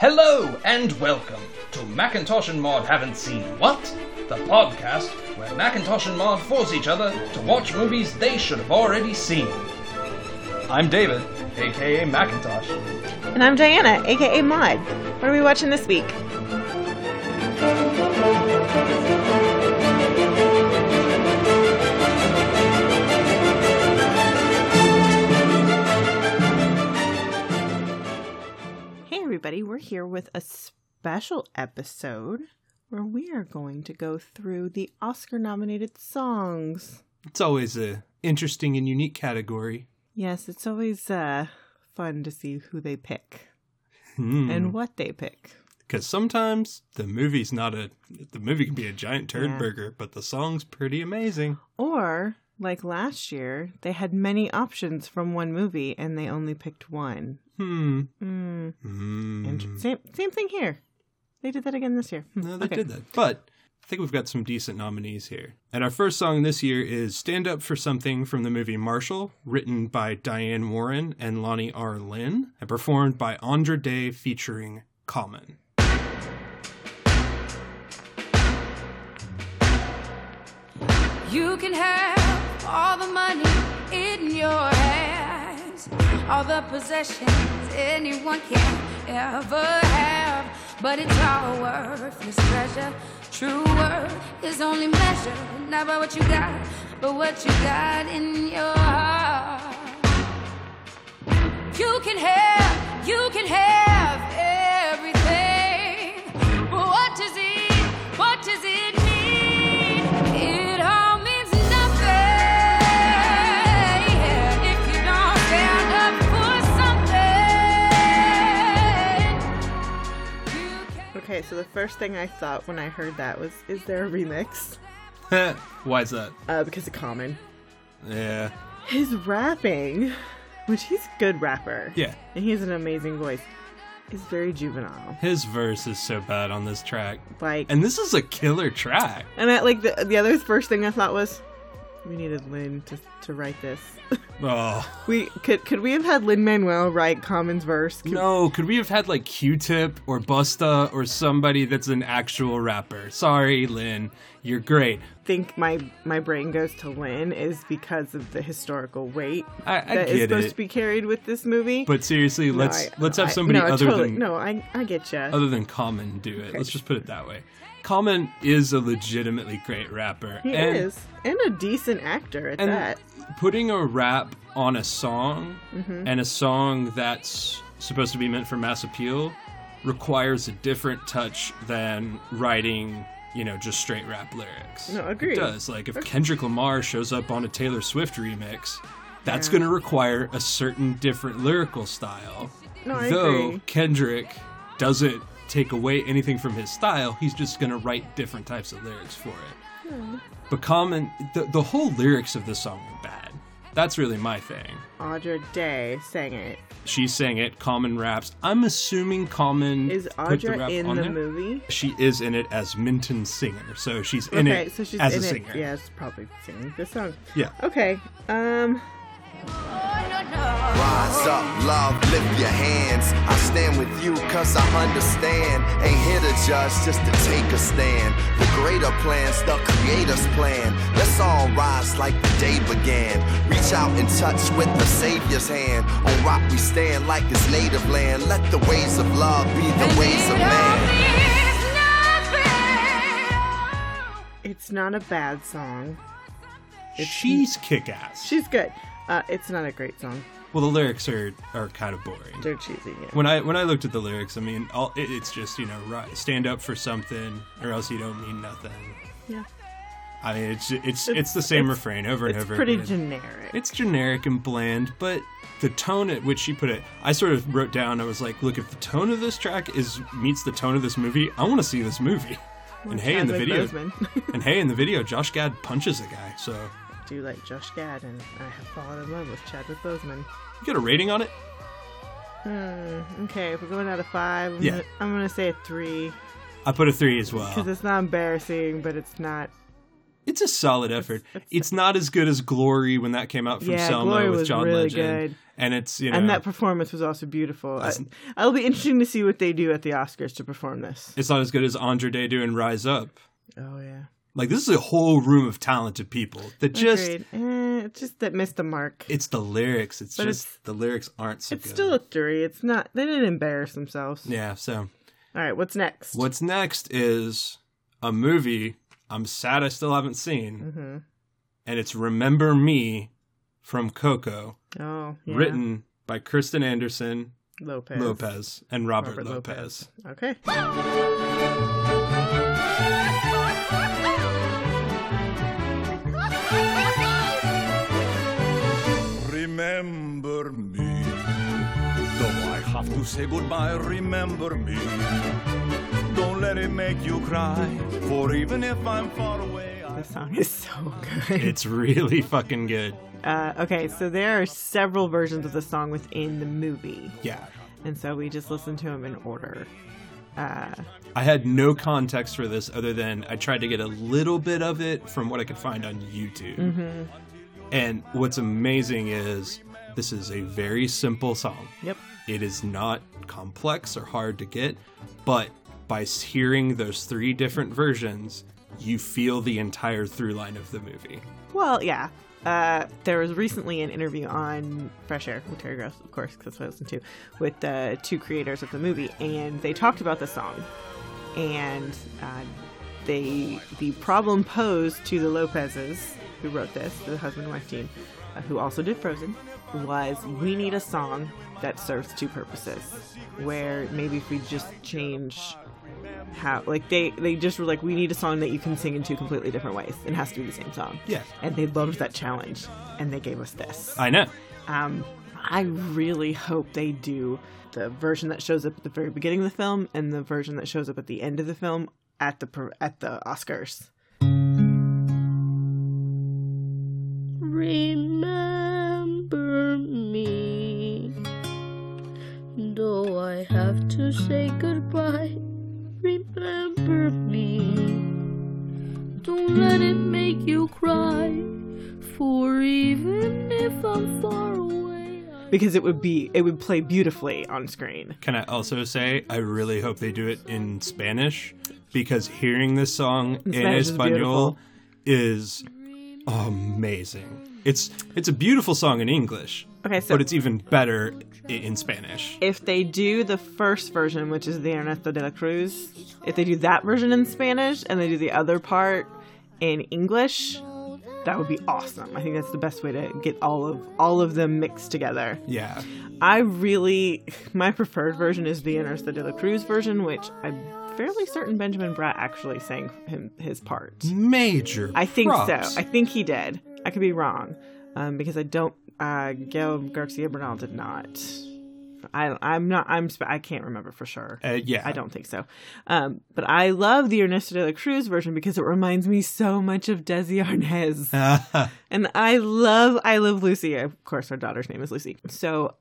Hello and welcome to Macintosh and Maud Haven't Seen What? The podcast where Macintosh and Maud force each other to watch movies they should have already seen. I'm David, aka Macintosh. And I'm Diana, aka Maud. What are we watching this week? Hey, everybody, we're here with a special episode where we are going to go through the Oscar nominated songs. It's always a interesting and unique category. Yes, it's always uh, fun to see who they pick and Because what they pick. Hmm. sometimes the movie's not a the movie can be a giant turd Yeah. burger, but the song's pretty amazing. Or, like last year, they had many options from one movie and they only picked one. Hmm. Mm. Hmm. Int- Same same thing here. They did that again this year. Hmm, No, they okay. did that. But I think we've got some decent nominees here. And our first song this year is Stand Up for Something from the movie Marshall, written by Diane Warren and Lonnie R. Lynn, and performed by Andra Day featuring Common. You can have all the money in your hands, all the possessions anyone can ever have. But it's all worthless treasure. True worth is only measured not by what you got, but what you got in your heart. You can have, you can have everything. But what does it, what does it mean? It all means nothing if you don't stand up for something. You can Okay, so the first thing I thought when I heard that was, is there a remix? Why is that? Uh, because of Common. Yeah. His rapping, which he's a good rapper. Yeah. And he has an amazing voice. Is very juvenile. His verse is so bad on this track. Like and, And this is a killer track. I like the the other first thing I thought was we needed Lynn to to write this. Oh we could could we have had Lynn Manuel write Common's verse? Could- no! Could we have had like Q-Tip or Busta or somebody that's an actual rapper? Sorry, Lynn, you're great. think my my brain goes to Lynn is because of the historical weight I- I that is get supposed it. to be carried with this movie. But seriously, No, let's I- let's no, have I- somebody no, other totally- than no. I I get you. other than Common do it. Let's just put it that way. Common is a legitimately great rapper. he and, is and a decent actor at and that. putting a rap on a song Mm-hmm. and a song that's supposed to be meant for mass appeal requires a different touch than writing you know just straight rap lyrics No, agreed. it does like if kendrick lamar shows up on a taylor swift remix that's going to require a certain different lyrical style No, I though agree. kendrick doesn't take away anything from his style he's just going to write different types of lyrics for it Hmm. but common, the, the whole lyrics of the song are bad. That's really my thing. Audra Day sang it. She sang it, Common raps. I'm assuming Common Is put the Audra rap in on the there. movie? She is in it as Minton Singer, so she's in okay, it so she's as in a it. singer. Yeah, it's probably singing this song. Yeah. Okay. Um. oh, no, no. Rise up, love, lift your hands. I stand with you cause I understand. Ain't here to judge, just to take a stand. The greater plan's the creator's plan. Let's all rise like the day began. Reach out and touch with the Savior's hand. On rock we stand like his native land. Let the ways of love be the ways of It all man. means nothing. It's not a bad song. she's kick ass. She's good. Uh, it's not a great song. well, the lyrics are, are kind of boring. They're cheesy. Yeah. when I when I looked at the lyrics, I mean, all, it, it's just you know, ri stand up for something, or else you don't mean nothing. Yeah. I mean, it's it's it's, the same it's- refrain over and It's over. pretty again. generic. It's generic and bland, but the tone at which she put it, I sort of wrote down. I was like, look, if the tone of this track is meets the tone of this movie, I want to see this movie. and hey, in the Chadwick video, Boseman. and hey, in the video, Josh Gad punches a guy. So I do like Josh Gad, and I have fallen in love with Chadwick Boseman. you get a rating on it. Okay, if we're going out of five, I'm, Yeah. gonna, I'm gonna say a three I put a three as well. because it's not embarrassing, but it's not It's a solid effort. It's, not as good as Glory when that came out from Yeah, Selma Glory with was John really Legend. good. And it's you know And that performance was also beautiful. I, it'll be interesting to see what they do at the Oscars to perform this. it's not as good as Andre Day doing Rise Up. Oh yeah, Like this is a whole room of talented people that just Agreed. Eh, it's just that missed the mark. it's the lyrics. It's But just it's- the lyrics aren't so It's good. still a three. It's not. They didn't embarrass themselves. yeah, so All right, what's next? What's next is a movie I'm sad I still haven't seen, Mm-hmm. and it's Remember Me from Coco, Oh, yeah. written by Kristen Anderson, Lopez. Lopez, and Robert, Robert Lopez. Lopez. Okay. Oh. Remember me. Though I have to say goodbye, remember me. Don't let it make you cry, for even if I'm far away, I. The song is so good. It's really fucking good. Uh, okay, so there are several versions of the song within the movie, Yeah. and so we just listened to them in order. I had no context for this other than I tried to get a little bit of it from what I could find on YouTube. And what's amazing is this is a very simple song. Yep. It is not complex or hard to get, but by s- hearing those three different versions, you feel the entire through line of the movie. Well, yeah. Uh, there was recently an interview on Fresh Air with Terry Gross, of course, 'cause that's what I listen to, with the two creators of the movie, and they talked about the song, and uh, they the problem posed to the Lopezes, who wrote this, the husband and wife team, uh, who also did Frozen, was we need a song that serves two purposes. Where maybe if we just change how like they they just were like we need a song that you can sing in two completely different ways it has to be the same song Yeah. and they loved that challenge and they gave us this I know. um i really hope they do the version that shows up at the very beginning of the film and the version that shows up at the end of the film at the per- at the oscars Remember me. Though I have to say goodbye, remember me. Don't let it make you cry, for even if I'm far away, I because it would be it would play beautifully on screen Can I also say I really hope they do it in Spanish because hearing this song in Spanish is Espanol beautiful. is amazing. It's it's a beautiful song in English, okay so but it's even better i- in Spanish. if they do the first version, which is the Ernesto de la Cruz, if they do that version in Spanish and they do the other part in English, that would be awesome. I think that's the best way to get all of all of them mixed together. Yeah. I really my preferred version is the Ernesto de la Cruz version, which I'm fairly certain Benjamin Bratt actually sang him his part. Major. I think props. so. I think he did. I could be wrong, um, because I don't. Uh, Gail Garcia Bernal did not. I, I'm not. I'm. Sp- I can't remember for sure. Uh, yeah. I don't think so. Um, but I love the Ernesto de la Cruz version because it reminds me so much of Desi Arnaz. And I love I love Lucy. Of course, our daughter's name is Lucy. So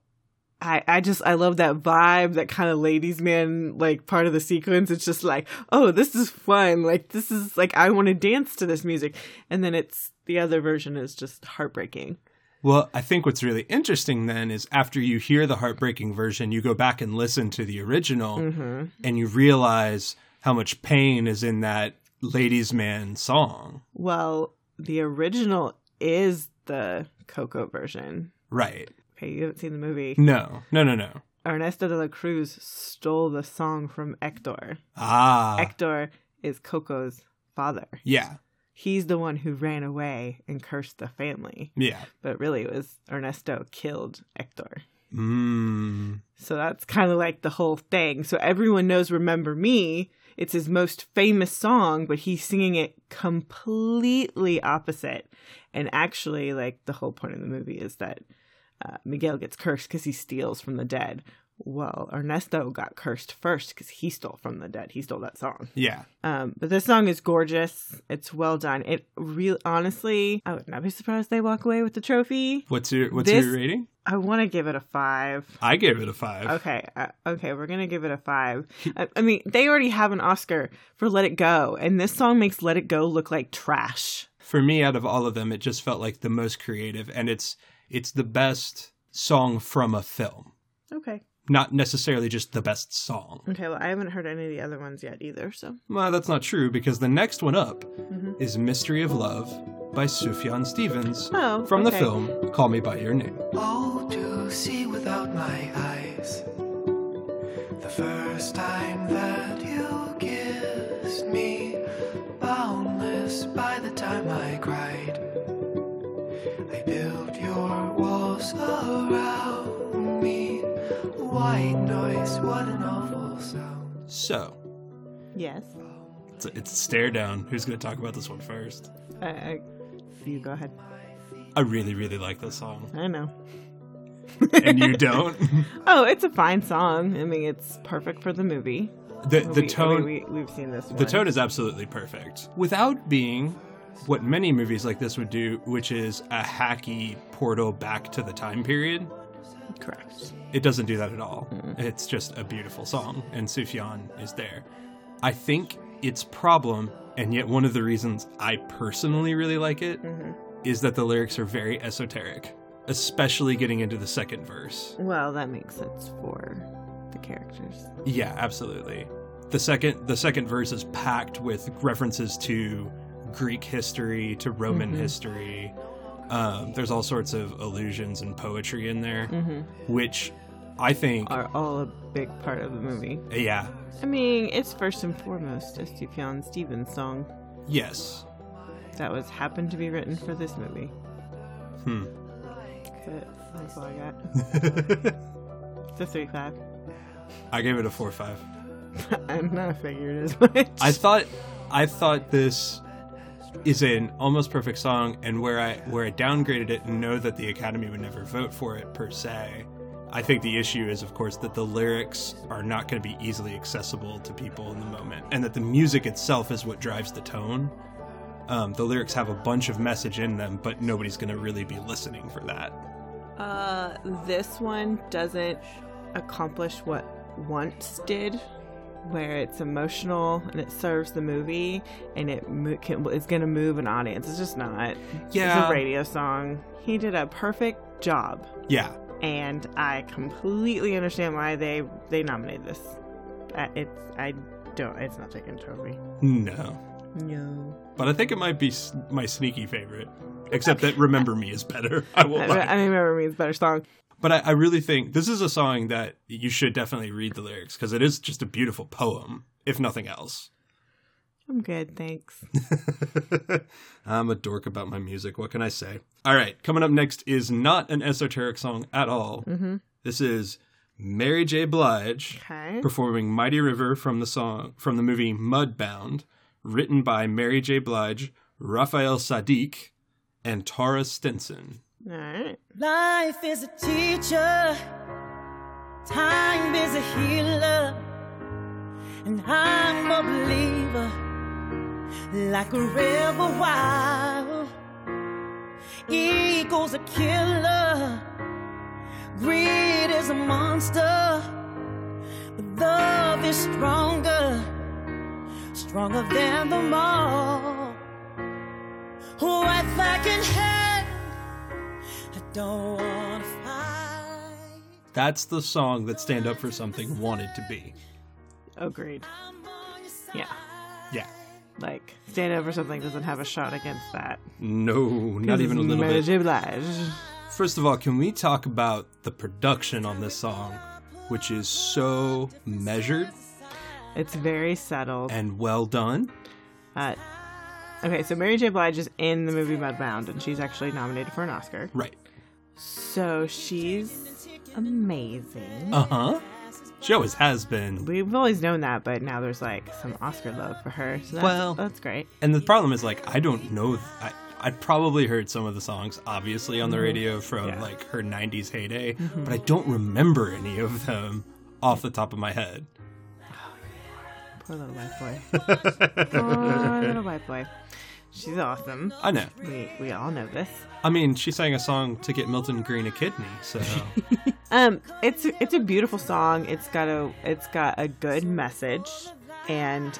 I I just I love that vibe, that kind of ladies man like part of the sequence. It's just like, oh, this is fun. Like this is like I want to dance to this music. And then it's the other version is just heartbreaking. Well, I think what's really interesting then is after you hear the heartbreaking version, you go back and listen to the original Mm-hmm. and you realize how much pain is in that ladies man song. Well, the original is the Coco version. Right. Okay, you haven't seen the movie. No. No, no, no. Ernesto de la Cruz stole the song from Hector. Ah. Hector is Coco's father. yeah. he's the one who ran away and cursed the family. Yeah. But really, it was Ernesto killed Hector. Mm. So that's kind of like the whole thing. So everyone knows Remember Me. It's his most famous song, but he's singing it completely opposite. And actually, like the whole point of the movie is that uh, Miguel gets cursed because he steals from the dead. Well, Ernesto got cursed first because he stole from the dead. He stole that song. Yeah. Um, but this song is gorgeous. It's well done. It real honestly, I would not be surprised they walk away with the trophy. What's your what's This- your rating? I want to give it a five. I gave it a 5. Okay, uh, okay, we're gonna give it a five. I, I mean, they already have an Oscar for "Let It Go," and this song makes "Let It Go" look like trash. for me out of all of them it just felt like the most creative and it's it's the best song from a film Okay. not necessarily just the best song Okay, well, I haven't heard any of the other ones yet either, so. well that's not true because the next one up Mm-hmm. is mystery of love by sufjan stevens Oh, from the okay. film call me by your name Oh, to see without my eyes. The first time that you kissed me, boundless by the time I cried. I built your walls around me. White noise, what an awful sound. so Yes. it's a, it's a stare down who's going to talk about this one first I, I, you go ahead. i really really like this song I know. and you don't Oh, it's a fine song. I mean, it's perfect for the movie. the We- I the mean, tone we, we've seen this. The tone is absolutely perfect. Without being what many movies like this would do, which is a hacky portal back to the time period, correct. it doesn't do that at all. It's just a beautiful song, and Sufjan is there. I think its problem, and yet one of the reasons I personally really like it, is that the lyrics are very esoteric, especially getting into the second verse. Well, that makes sense for the characters. Yeah, absolutely. The second the second verse is packed with references to Greek history, to Roman history. Um, there's all sorts of allusions and poetry in there, which I think, Are all a big part of the movie. yeah, I mean, it's first and foremost a Sufjan Stevens song yes, that was happened to be written for this movie. Hmm. That's it. That's all I got. it's a three five. I gave it a four five. I'm not figuring as much. I thought, I thought this is an almost perfect song, and where I where I downgraded it and know that the Academy would never vote for it per se. I think the issue is, of course, that the lyrics are not going to be easily accessible to people in the moment, and that the music itself is what drives the tone. Um, the lyrics have a bunch of message in them, but nobody's going to really be listening for that. Uh, this one doesn't accomplish what once did, where it's emotional and it serves the movie and it mo- can, is going to move an audience. It's just not. It's Yeah. a radio song. He did a perfect job, Yeah, and I completely understand why they they nominated this. I, it's I don't. It's not taking a trophy. no, No. but I think it might be s- my sneaky favorite. Except that "Remember Me" is better. I will. I, lie. I mean, remember me is a better song. But I, I really think this is a song that you should definitely read the lyrics because it is just a beautiful poem, if nothing else. I'm good, thanks. I'm a dork about my music. What can I say? All right, coming up next is not an esoteric song at all. This is Mary J. Blige Okay. performing "Mighty River" from the song from the movie Mudbound, written by Mary J. Blige, Raphael Sadiq, and Tara Stinson. All right. Life is a teacher, time is a healer, and I'm a believer, like a river wild. Ego's a killer, greed is a monster, but love is stronger, stronger than Oh, them all. What like in hand? I don't wanna fight. That's the song that "Stand Up for Something" wanted to be. Agreed. I'm on your side. Oh, Yeah. Yeah. Like stand up or something doesn't have a shot against that. No, not even a little Mary bit. J. Blige. First of all, can we talk about the production on this song, which is so measured It's very subtle. and well done? Uh, okay, so Mary J. Blige is in the movie Mudbound, and she's actually nominated for an Oscar. Right. So she's amazing. Uh huh. She always has been. We've always known that, but now there's like some Oscar love for her. So that's, Well- that's great. And the problem is, like, I don't know. I, I probably heard some of the songs, obviously, on the radio from, Yeah. like, her 90s heyday, but I don't remember any of them off the top of my head. Poor little white boy. Poor little white boy. She's awesome. I know. We we all know this. I mean, she sang a song to get Milton Green a kidney, so. Um, it's it's a beautiful song. It's got a it's got a good message, and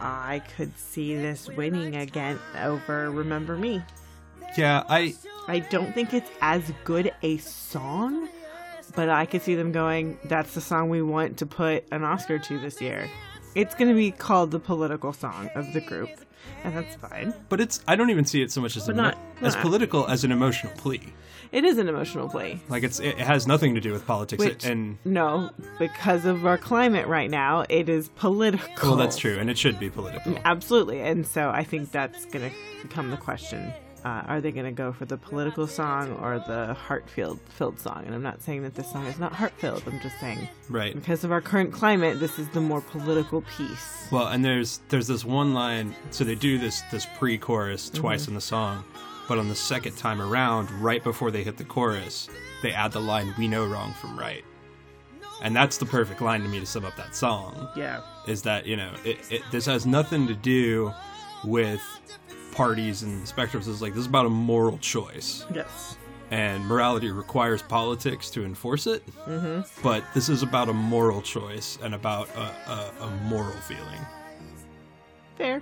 I could see this winning again over Remember Me. Yeah, I I don't think it's as good a song, but I could see them going, that's the song we want to put an Oscar to this year. It's going to be called the political song of the group, and that's fine. but it's I don't even see it so much as But emo- not- as not- political as an emotional plea. It is an emotional play. Like it's it has nothing to do with politics Which, and no, because of our climate right now, it is political. well that's true and it should be political. Absolutely. And so I think that's going to become the question. Uh, are they going to go for the political song or the heart-filled filled song? And I'm not saying that this song is not heart-filled. I'm just saying Right. because of our current climate, this is the more political piece. Well, and there's there's this one line. So they do this this pre-chorus Mm-hmm. twice in the song, but on the second time around, right before they hit the chorus, they add the line "We know wrong from right," and that's the perfect line to me to sum up that song. Yeah. Is that you know it, it this has nothing to do with parties and spectrums. It's like this is about a moral choice, Yes. and morality requires politics to enforce it. Mm-hmm. But this is about a moral choice and about a, a, a moral feeling Fair.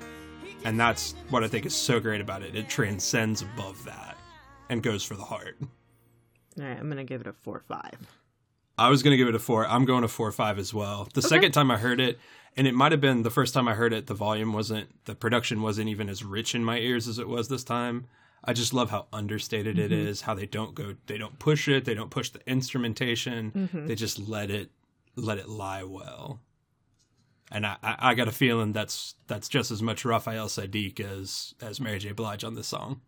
and that's what I think is so great about it. It transcends above that and goes for the heart. All right, I'm going to give it a 4-5. I was gonna give it a four. I'm going a four five as well. The second time I heard it, and it might have been the first time I heard it, the volume wasn't, the production wasn't even as rich in my ears as it was this time. I just love how understated it is. How they don't go, they don't push it, they don't push the instrumentation. They just let it, let it lie well. And I, I, I got a feeling that's that's just as much Raphael Sadiq as as Mary J. Blige on this song.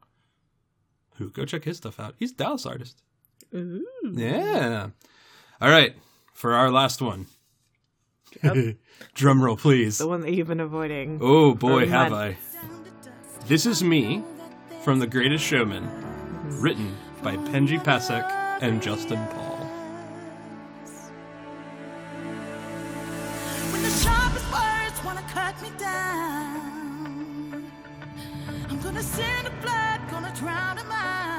Who go check his stuff out? He's a Dallas artist. Yeah. All right, for our last one. Drum roll, please. The one that you've been avoiding. Oh boy, for have I. months. This is me from The Greatest Showman, written by Penji Pasek and Justin Paul. When the sharpest words wanna cut me down, I'm gonna send the blood, gonna drown 'em out.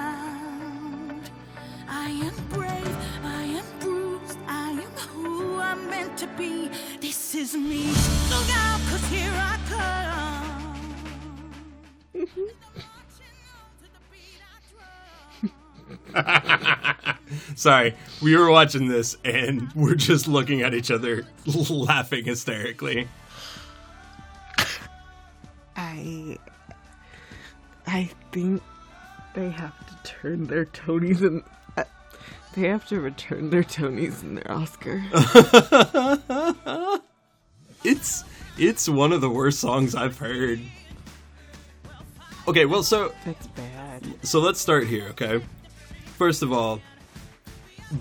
I am brave, I am bruised, I am who I'm meant to be. This is me. Look out, 'cause here I come. Sorry, we were watching this and we're just looking at each other, laughing hysterically. I I think they have to turn their Tonys and uh, they have to return their Tonys and their Oscar. It's it's one of the worst songs I've heard. Okay, well, so That's bad. So let's start here, okay? First of all,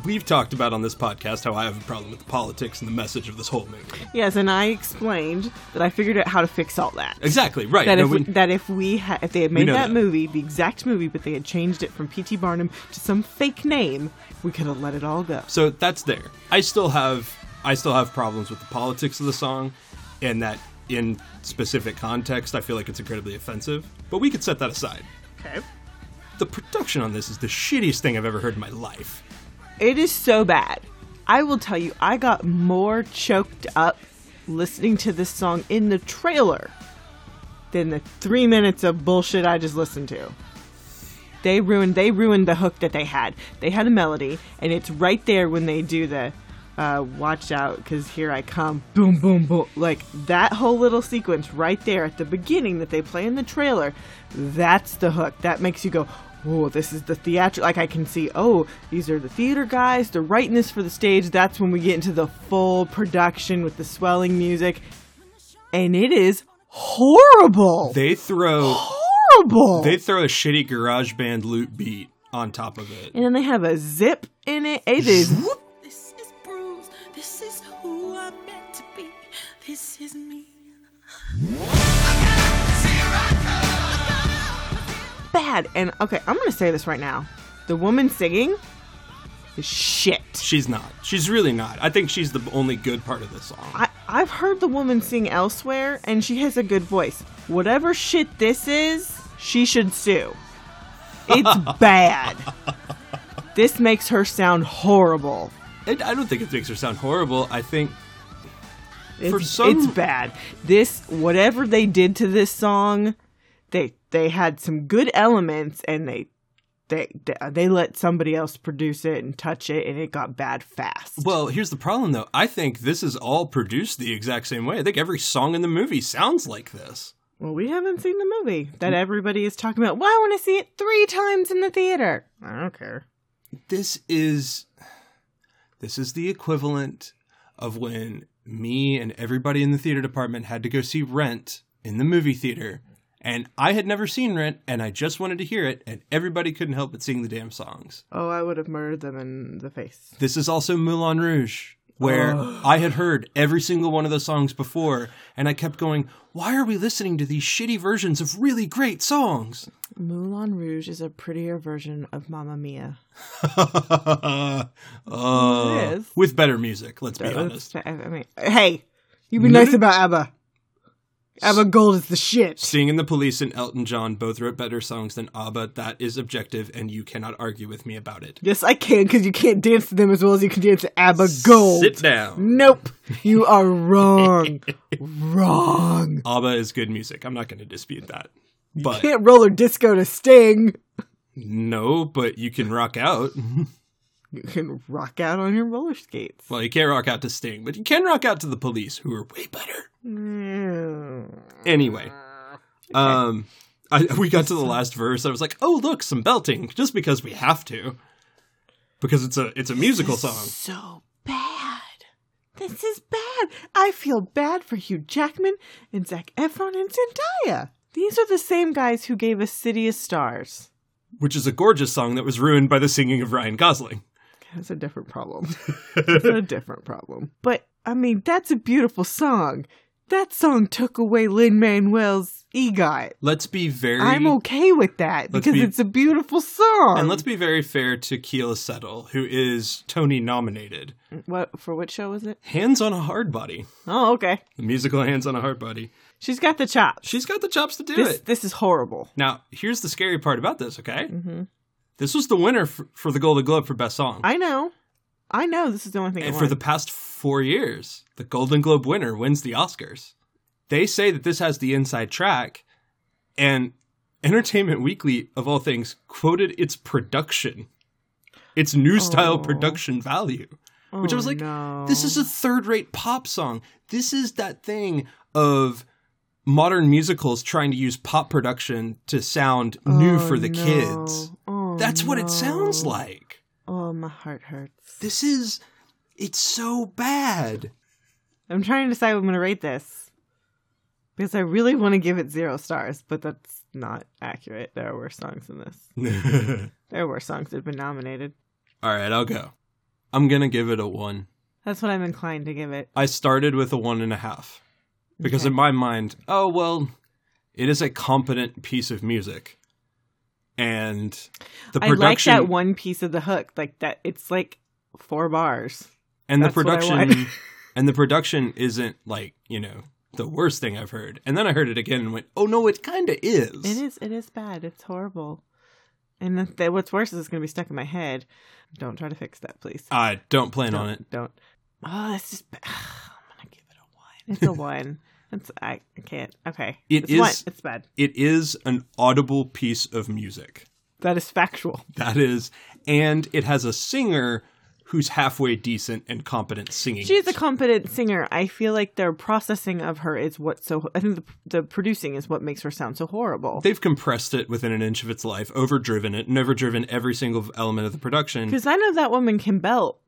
we've talked about on this podcast how I have a problem with the politics and the message of this whole movie. Yes, and I explained that I figured out how to fix all that. Exactly, right. That No, if, we, we- that if we ha- if they had made know that, that. movie the exact movie, but they had changed it from P.T. Barnum to some fake name, we could have let it all go. so that's there. I still have I still have problems with the politics of the song and that in specific context I feel like it's incredibly offensive, but we could set that aside. Okay, The production on this is the shittiest thing I've ever heard in my life. it is so bad. I will tell you, I got more choked up listening to this song in the trailer than the three minutes of bullshit I just listened to. They ruined they ruined the hook that they had. They had a melody, and it's right there when they do the uh, "Watch out, because here I come!" Boom, boom, boom. Like that whole little sequence right there at the beginning that they play in the trailer. That's the hook. That makes you go. Oh, this is the theatrical. Like I can see. Oh, these are the theater guys. They're writing this for the stage. That's when we get into the full production with the swelling music, and it is horrible. They throw horrible. they throw a shitty garage band loop beat on top of it. and then they have a zip in it. It is This is bruised. This is who I'm meant to be. This is me. bad. And okay, I'm gonna say this right now: the woman singing is shit. She's not. She's really not. I think she's the only good part of this song. I, I've heard the woman sing elsewhere, and she has a good voice. Whatever shit this is, she should sue. It's bad. This makes her sound horrible. It, I don't think it makes her sound horrible. I think It's, For some- it's bad. This whatever they did to this song, they they had some good elements and they they uh, they let somebody else produce it and touch it and it got bad fast. Well, here's the problem though. I think this is all produced the exact same way. I think every song in the movie sounds like this. Well, we haven't seen the movie that Mm. everybody is talking about. Well, I want to see it three times in the theater. I don't care. This is this is the equivalent of when me and everybody in the theater department had to go see Rent in the movie theater. And I had never seen Rent and I just wanted to hear it and everybody couldn't help but sing the damn songs. Oh, I would have murdered them in the face. This is also Moulin Rouge, where I had heard every single one of those songs before, and I kept going, Why are we listening to these shitty versions of really great songs? Moulin Rouge is a prettier version of Mamma Mia. Uh, It is. with better music, let's be honest. I mean, hey, you be nice about ABBA. ABBA Gold is the shit. Sting and the Police and Elton John both wrote better songs than ABBA. That is objective, and you cannot argue with me about it. Yes, I can because you can't dance to them as well as you can dance to ABBA Gold. Sit down. Nope, you are wrong. wrong. ABBA is good music. I'm not going to dispute that. But Can't roller disco to Sting. no, but you can rock out. You can rock out on your roller skates. Well, you can't rock out to Sting, but you can rock out to the police, who are way better. Anyway, Mm, um, I, we got to the last verse. I was like, "Oh, look, some belting," just because we have to, because it's a it's a musical song. so bad. This is bad. I feel bad for Hugh Jackman and Zach Efron and Zendaya. These are the same guys who gave us City of Stars. which is a gorgeous song that was ruined by the singing of Ryan Gosling. That's a different problem. That's a different problem. But I mean, that's a beautiful song. That song took away Lin Manuel's EGOT. Let's be very I'm okay with that Let's because be- it's a beautiful song. and let's be very fair to Keela Settle, who is Tony nominated. what for? What show was it? Hands on a Hard Body, Oh, okay. the musical Hands on a Hard Body. She's got the chops. She's got the chops to do This it. this is horrible. Now, here's the scary part about this. Okay, Mm-hmm. this was the winner for, for the Golden Globe for best song. I know. I know this is the only thing. And I for want. the past four years, the Golden Globe winner wins the Oscars. They say that this has the inside track, and Entertainment Weekly, of all things, quoted its production, its new Oh. style production value, which I was like, this is a third rate pop song. This is that thing of modern musicals trying to use pop production to sound new for the kids. Oh, That's what it sounds no. like Oh, my heart hurts. this is it's so bad I'm trying to decide what I'm going to rate this because I really want to give it zero stars, but that's not accurate. There are worse songs than this. all There are worse songs that have been nominated. right i'll go i'm gonna give it a one That's what I'm inclined to give it. i started with a one and a half because in my mind oh well it is a competent piece of music and the I like production that one piece of the hook, like that. It's like four bars. and the That's what I production want. and the production isn't like you know the worst thing i've heard and then i heard it again and went oh no it kinda is It is. It is bad. It's horrible. And the, th- what's worse is it's going to be stuck in my head. Don't try to fix that, please. i don't plan on it Don't. Oh, that's just. ba- I'm gonna give it a one. It's a one. It's I, I can't. Okay. It it's One. is- It's bad. it is an audible piece of music That is factual. That is, and it has a singer who's halfway decent and competent singing. She's a competent singer. I feel like their processing of her is what so. I think the, the producing is what makes her sound so horrible. They've compressed it within an inch of its life, overdriven it, and overdriven every single element of the production, Because I know that woman can belt.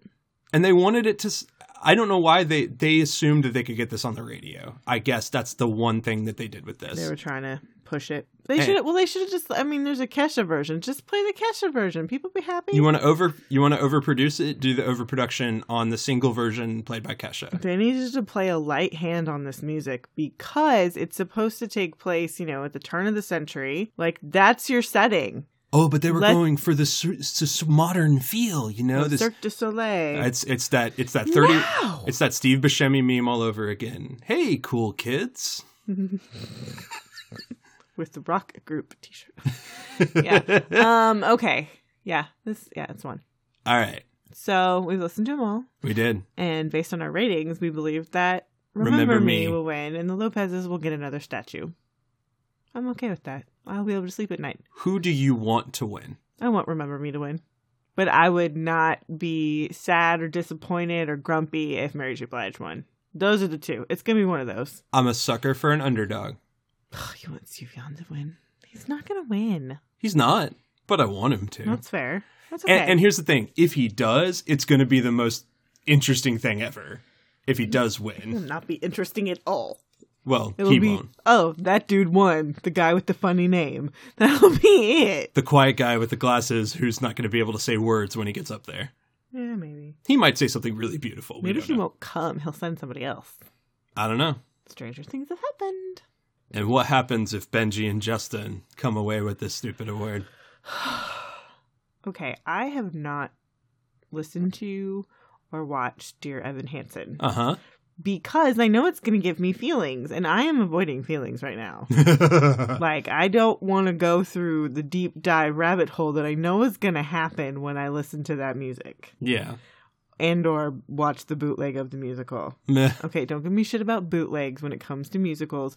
and they wanted it to. s- I don't know why they they assumed that they could get this on the radio. I guess that's the one thing that they did with They this. were trying to push it. They should. Well, they should have just. I mean, there's a Kesha version. Just play the Kesha version. People be happy. You want to over you want to overproduce it, do the overproduction on the single version played by Kesha. They needed to play a light hand on this music because it's supposed to take place, you know, at the turn of the century. Like that's your setting. Oh, but they were Let- going for this, this modern feel, you know, this Cirque du Soleil. It's it's that it's that thirty it's that Steve Buscemi meme all over again. Hey, cool kids. with the rock group t-shirt. yeah. Um. Okay. Yeah. This. Yeah. It's one. All right, So we listened to them all, we did. and based on our ratings, we believe that Remember, me will win, and the Lopezes will get another statue. I'm okay with that. I'll be able to sleep at night. Who do you want to win? I won't remember me to win. But I would not be sad or disappointed or grumpy if Mary J. Blige won. Those are the two. It's gonna be one of those. I'm a sucker for an underdog. Oh, you want Sufjan to win? He's not gonna win. He's not, but I want him to. That's fair. That's okay. Mm. and, and here's the thing: if he does, it's going to be the most interesting thing ever. If he does It'll win, not be interesting at all. well, It will he be. won't. Oh, that dude won. The guy with the funny name. That'll be it. The quiet guy with the glasses who's not going to be able to say words when he gets up there. Yeah, Eh, maybe. He might say something really beautiful. We Maybe don't he know. won't come. He'll send somebody else. I don't know. Stranger things have happened. And what happens if Benji and Justin come away with this stupid award? Okay, I have not listened to or watched Dear Evan Hansen Uh because I know it's going to give me feelings, and I am avoiding feelings right now. huh. like, I don't want to go through the deep dive rabbit hole that I know is going to happen when I listen to that music yeah. and or watch the bootleg of the musical. Meh. Okay, don't give me shit about bootlegs when it comes to musicals.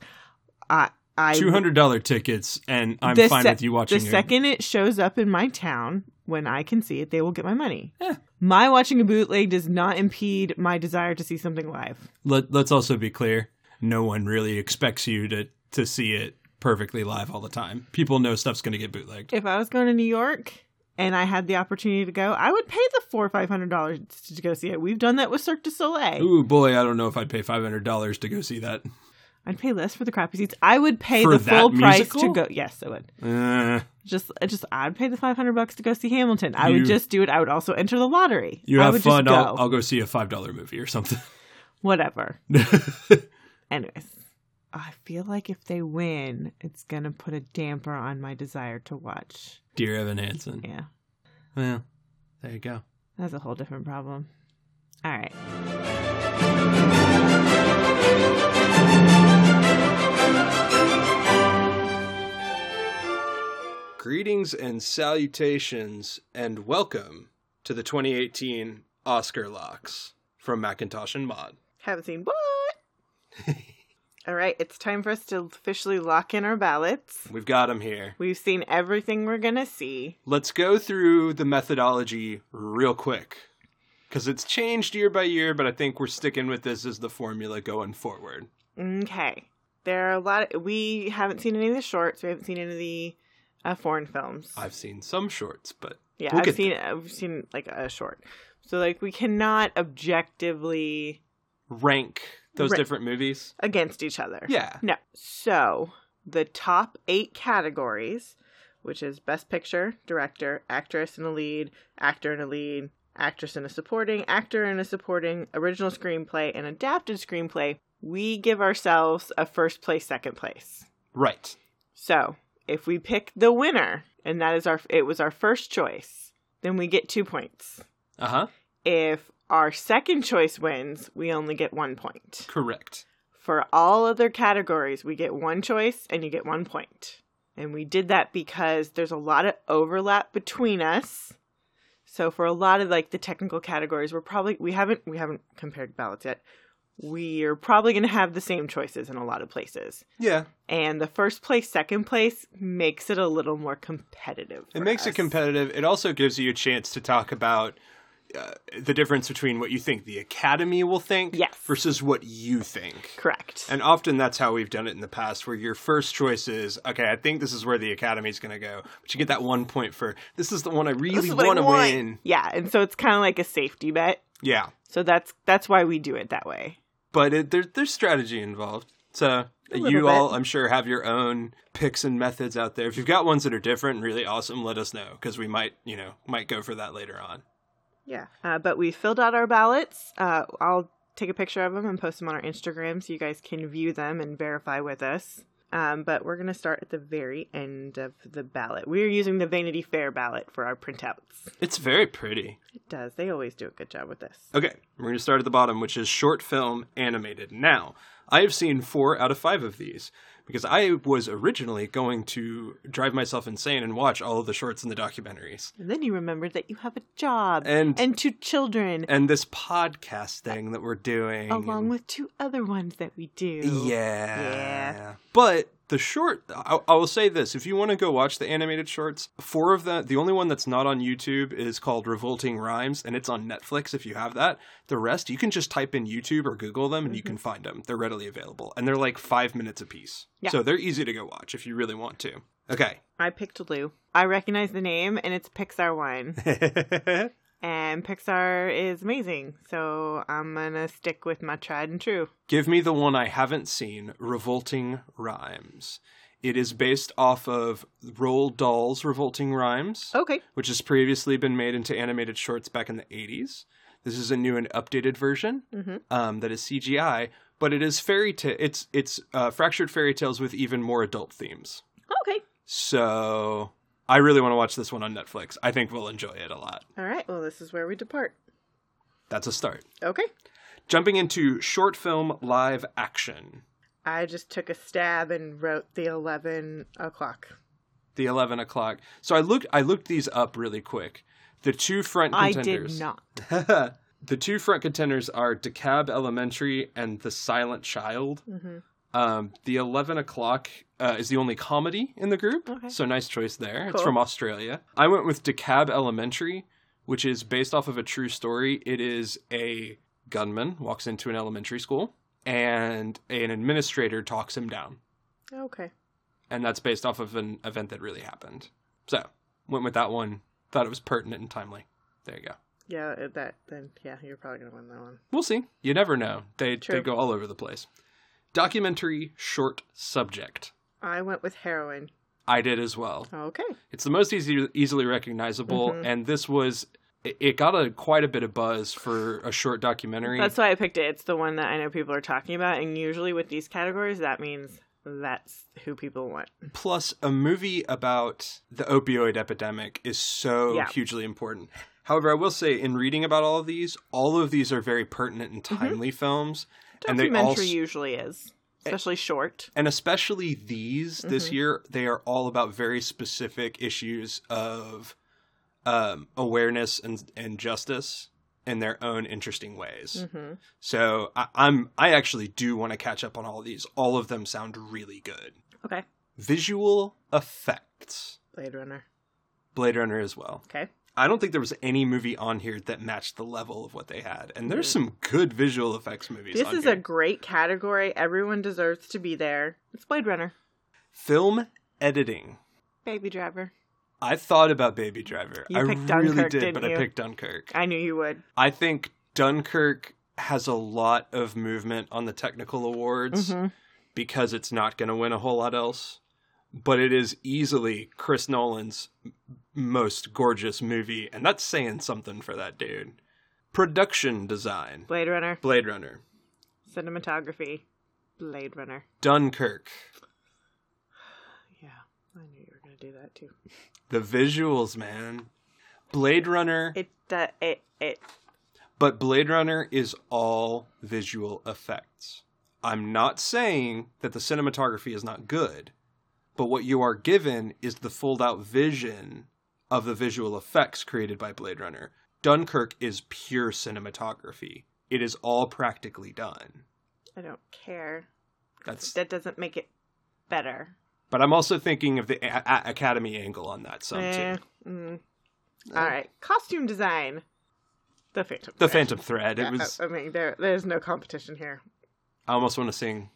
I I Two hundred dollar tickets, and I'm the fine se- with you watching. The your- second it shows up in my town, when I can see it, they will get my money. My watching a bootleg does not impede my desire to see something live. Let, let's also be clear: no one really expects you to to see it perfectly live all the time. People know stuff's going to get bootlegged. If I was going to New York and I had the opportunity to go, I would pay the four or five hundred dollars to go see it. We've done that with Cirque du Soleil. Ooh boy, I don't know if I'd pay five hundred dollars to go see that. I'd pay less for the crappy seats. I would pay For the that full price musical? to go. Yes, I would. Uh, Just, I just, I'd pay the five hundred bucks to go see Hamilton. I You- would just do it. I would also enter the lottery. you I have would fun. Just go. I'll, I'll go see a five dollar movie or something. whatever. Anyways, I feel like if they win, it's gonna put a damper on my desire to watch. Dear Evan Hansen. Yeah, Well, there you go. that's a whole different problem. All right. Greetings and salutations, and welcome to the 2018 Oscar Locks from Macintosh and Mod. Haven't seen what? All right, it's time for us to officially lock in our ballots. We've got them here. We've seen everything we're gonna see. Let's go through the methodology real quick because it's changed year by year, but I think we're sticking with this as the formula going forward. Okay. There are a lot. we haven't seen any of the shorts. We haven't seen any of the uh, foreign films. I've seen some shorts, but Yeah, we'll I've get seen there. I've seen like a short. So like we cannot objectively rank those Right. different movies. against each other. Yeah. No. So the top eight categories, which is best picture, director, actress in a lead, actor in a lead, actress in a supporting, actor in a supporting, original screenplay, and adapted screenplay, we give ourselves a first place, second place. Right. So if we pick the winner, and that is our it was our first choice, then we get two points. Uh huh. If our second choice wins, we only get one point. Correct. For all other categories, we get one choice and you get one point. And we did that because there's a lot of overlap between us. So for a lot of like the technical categories, we're probably we haven't we haven't compared ballots yet. We're probably going to have the same choices in a lot of places. Yeah. And the first place, second place makes it a little more competitive. It for makes it us. competitive. It also gives you a chance to talk about uh, the difference between what you think the Academy will think Yes. versus what you think. Correct. And often that's how we've done it in the past, where your first choice is, okay, I think this is where the Academy's going to go. But you get that one point for, this is the one I This really is what I want to want. win. Yeah, and so it's kind of like a safety bet. Yeah. So that's that's why we do it that way. But it, there, there's strategy involved. So little you bit. all, I'm sure, have your own picks and methods out there. If you've got ones that are different and really awesome, let us know because we might, you know, might go for that later on. Yeah. Uh, but we filled out our ballots. Uh, I'll take a picture of them and post them on our Instagram so you guys can view them and verify with us. Um, but we're going to start at the very end of the ballot. We're using the Vanity Fair ballot for our printouts. It's very pretty. It does. They always do a good job with this. Okay, we're going to start at the bottom, which is short film animated. Now, I have seen four out of five of these because I was originally going to drive myself insane and watch all of the shorts and the documentaries. And then you remembered that you have a job And- two children, And this podcast thing that we're doing. along and- with two other ones that we do. Yeah. Yeah. But the short, I, I will say this: if you want to go watch the animated shorts, four of them. The only one that's not on YouTube is called Revolting Rhymes, and it's on Netflix. If you have that, the rest you can just type in YouTube or Google them, and you can find them. They're readily available, and they're like five minutes apiece, Mm-hmm. Yeah. so they're easy to go watch if you really want to. Okay. I picked Lou. I recognize the name, and it's Pixar One. and Pixar is amazing, so I'm gonna stick with my tried and true. Give me the one I haven't seen, Revolting Rhymes. It is based off of Roald Dahl's Revolting Rhymes. Okay. which has previously been made into animated shorts back in the 80s. This is a new and updated version Mm-hmm. um, that is CGI, but it is fairy tale. It's it's uh, fractured fairy tales with even more adult themes. Okay. So I really want to watch this one on Netflix. I think we'll enjoy it a lot. All right. Well, this is where we depart. That's a start. Okay. Jumping into short film live action, I just took a stab and wrote the 11 o'clock. the 11 o'clock. So I looked I looked these up really quick. The two front I contenders. did not. the two front contenders are DeKalb Elementary and The Silent Child. Um, the 11 o'clock uh, is the only comedy in the group, so nice choice there. It's Cool. from Australia. I went with DeKalb Elementary, which is based off of a true story. It is a gunman walks into an elementary school, and an administrator talks him down. Okay. And that's based off of an event that really happened. So, went with that one. Thought it was pertinent and timely. There you go. Yeah, uh, that then yeah, you're probably gonna win that one. We'll see. You never know. They they True. go all over the place. Documentary short subject. I went with heroin. I did as well. Okay. It's the most easy, easily recognizable, Mm-hmm. and this was it, it got a quite a bit of buzz for a short documentary. That's why I picked it. It's the one that I know people are talking about, and usually with these categories, that means that's who people want. Plus, a movie about the opioid epidemic is so Yeah. hugely important. However, I will say, in reading about all of these, all of these are very pertinent and timely films, and they Mm-hmm. Documentary all usually is, especially short. and especially these Mm-hmm. this year they are all about very specific issues of um, awareness and, and justice in their own interesting ways Mm-hmm. so I, i'm i actually do want to catch up on all of these all of them sound really good Okay. visual effects Blade Runner. blade runner as well Okay. i don't think there was any movie on here that matched the level of what they had and there's some good visual effects movies Mm. This on is here. a great category. Everyone deserves to be there. It's Blade Runner. film editing Baby Driver. I thought about Baby Driver. You I picked really Dunkirk, did, didn't but I you? picked Dunkirk. I knew you would. I think Dunkirk has a lot of movement on the technical awards Mm-hmm. because it's not going to win a whole lot else, but it is easily Chris Nolan's m- most gorgeous movie, and that's saying something for that dude. Production design, Blade Runner. Blade Runner, Cinematography. Blade Runner. Dunkirk. Yeah. I knew you were gonna do that too. The visuals, man. Blade Runner, It uh, it it But Blade Runner is all visual effects. I'm not saying that the cinematography is not good, but what you are given is the fold out vision of the visual effects created by Blade Runner. Dunkirk is pure cinematography, it is all practically done. I don't care. That's, That doesn't make it better. but I'm also thinking of the a- a- Academy angle on that some Eh, too. mm. All right, costume design. The Phantom. The Thread. Phantom Thread. It was. I mean, there there's no competition here. I almost want to sing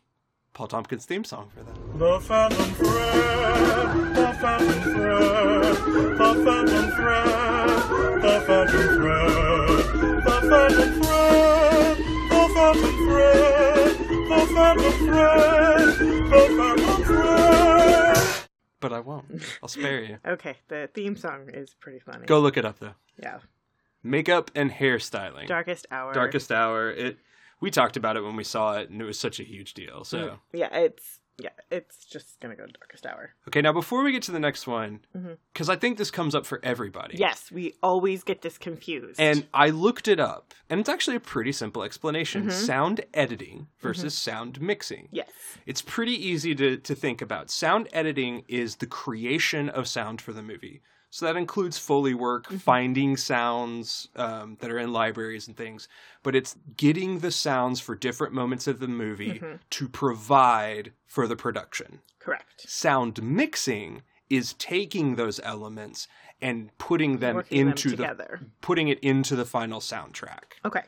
Paul Tompkins' theme song for that. The phantom thread, the phantom thread, the phantom thread, the phantom thread, the phantom thread, the phantom thread, the phantom thread, the phantom thread. But I won't. I'll spare you. Okay, the theme song is pretty funny. Go look it up though. Yeah, makeup and hairstyling. darkest hour. Mm-hmm. Darkest hour. It. We talked about it when we saw it, and it was such a huge deal. So Yeah, it's Yeah, it's just gonna go to darkest hour. Okay, now before we get to the next one, because I think this comes up for everybody. Mm-hmm. Yes, we always get this confused. And I looked it up, and it's actually a pretty simple explanation Mm-hmm. sound editing versus sound mixing. yes, It's pretty easy to, to think about. Sound editing is the creation of sound for the movie. So that includes Foley work, Mm-hmm. finding sounds um, that are in libraries and things, but it's getting the sounds for different moments of the movie Mm-hmm. to provide for the production. correct. Sound mixing is taking those elements and putting them Working into them the together. putting it into the final soundtrack Okay.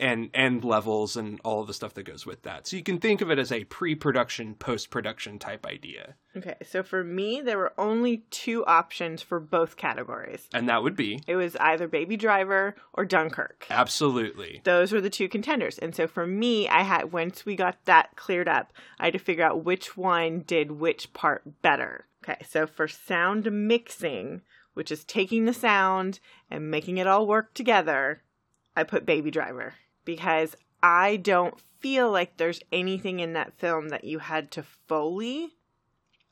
and and levels and all of the stuff that goes with that. So you can think of it as a pre-production, post-production type idea. Okay. So for me, there were only two options for both categories. And that would be It was either Baby Driver or Dunkirk. absolutely. Those were the two contenders. And so for me, I had once we got that cleared up, I had to figure out which one did which part better. Okay, so for sound mixing, which is taking the sound and making it all work together, I put Baby Driver because I don't feel like there's anything in that film that you had to foley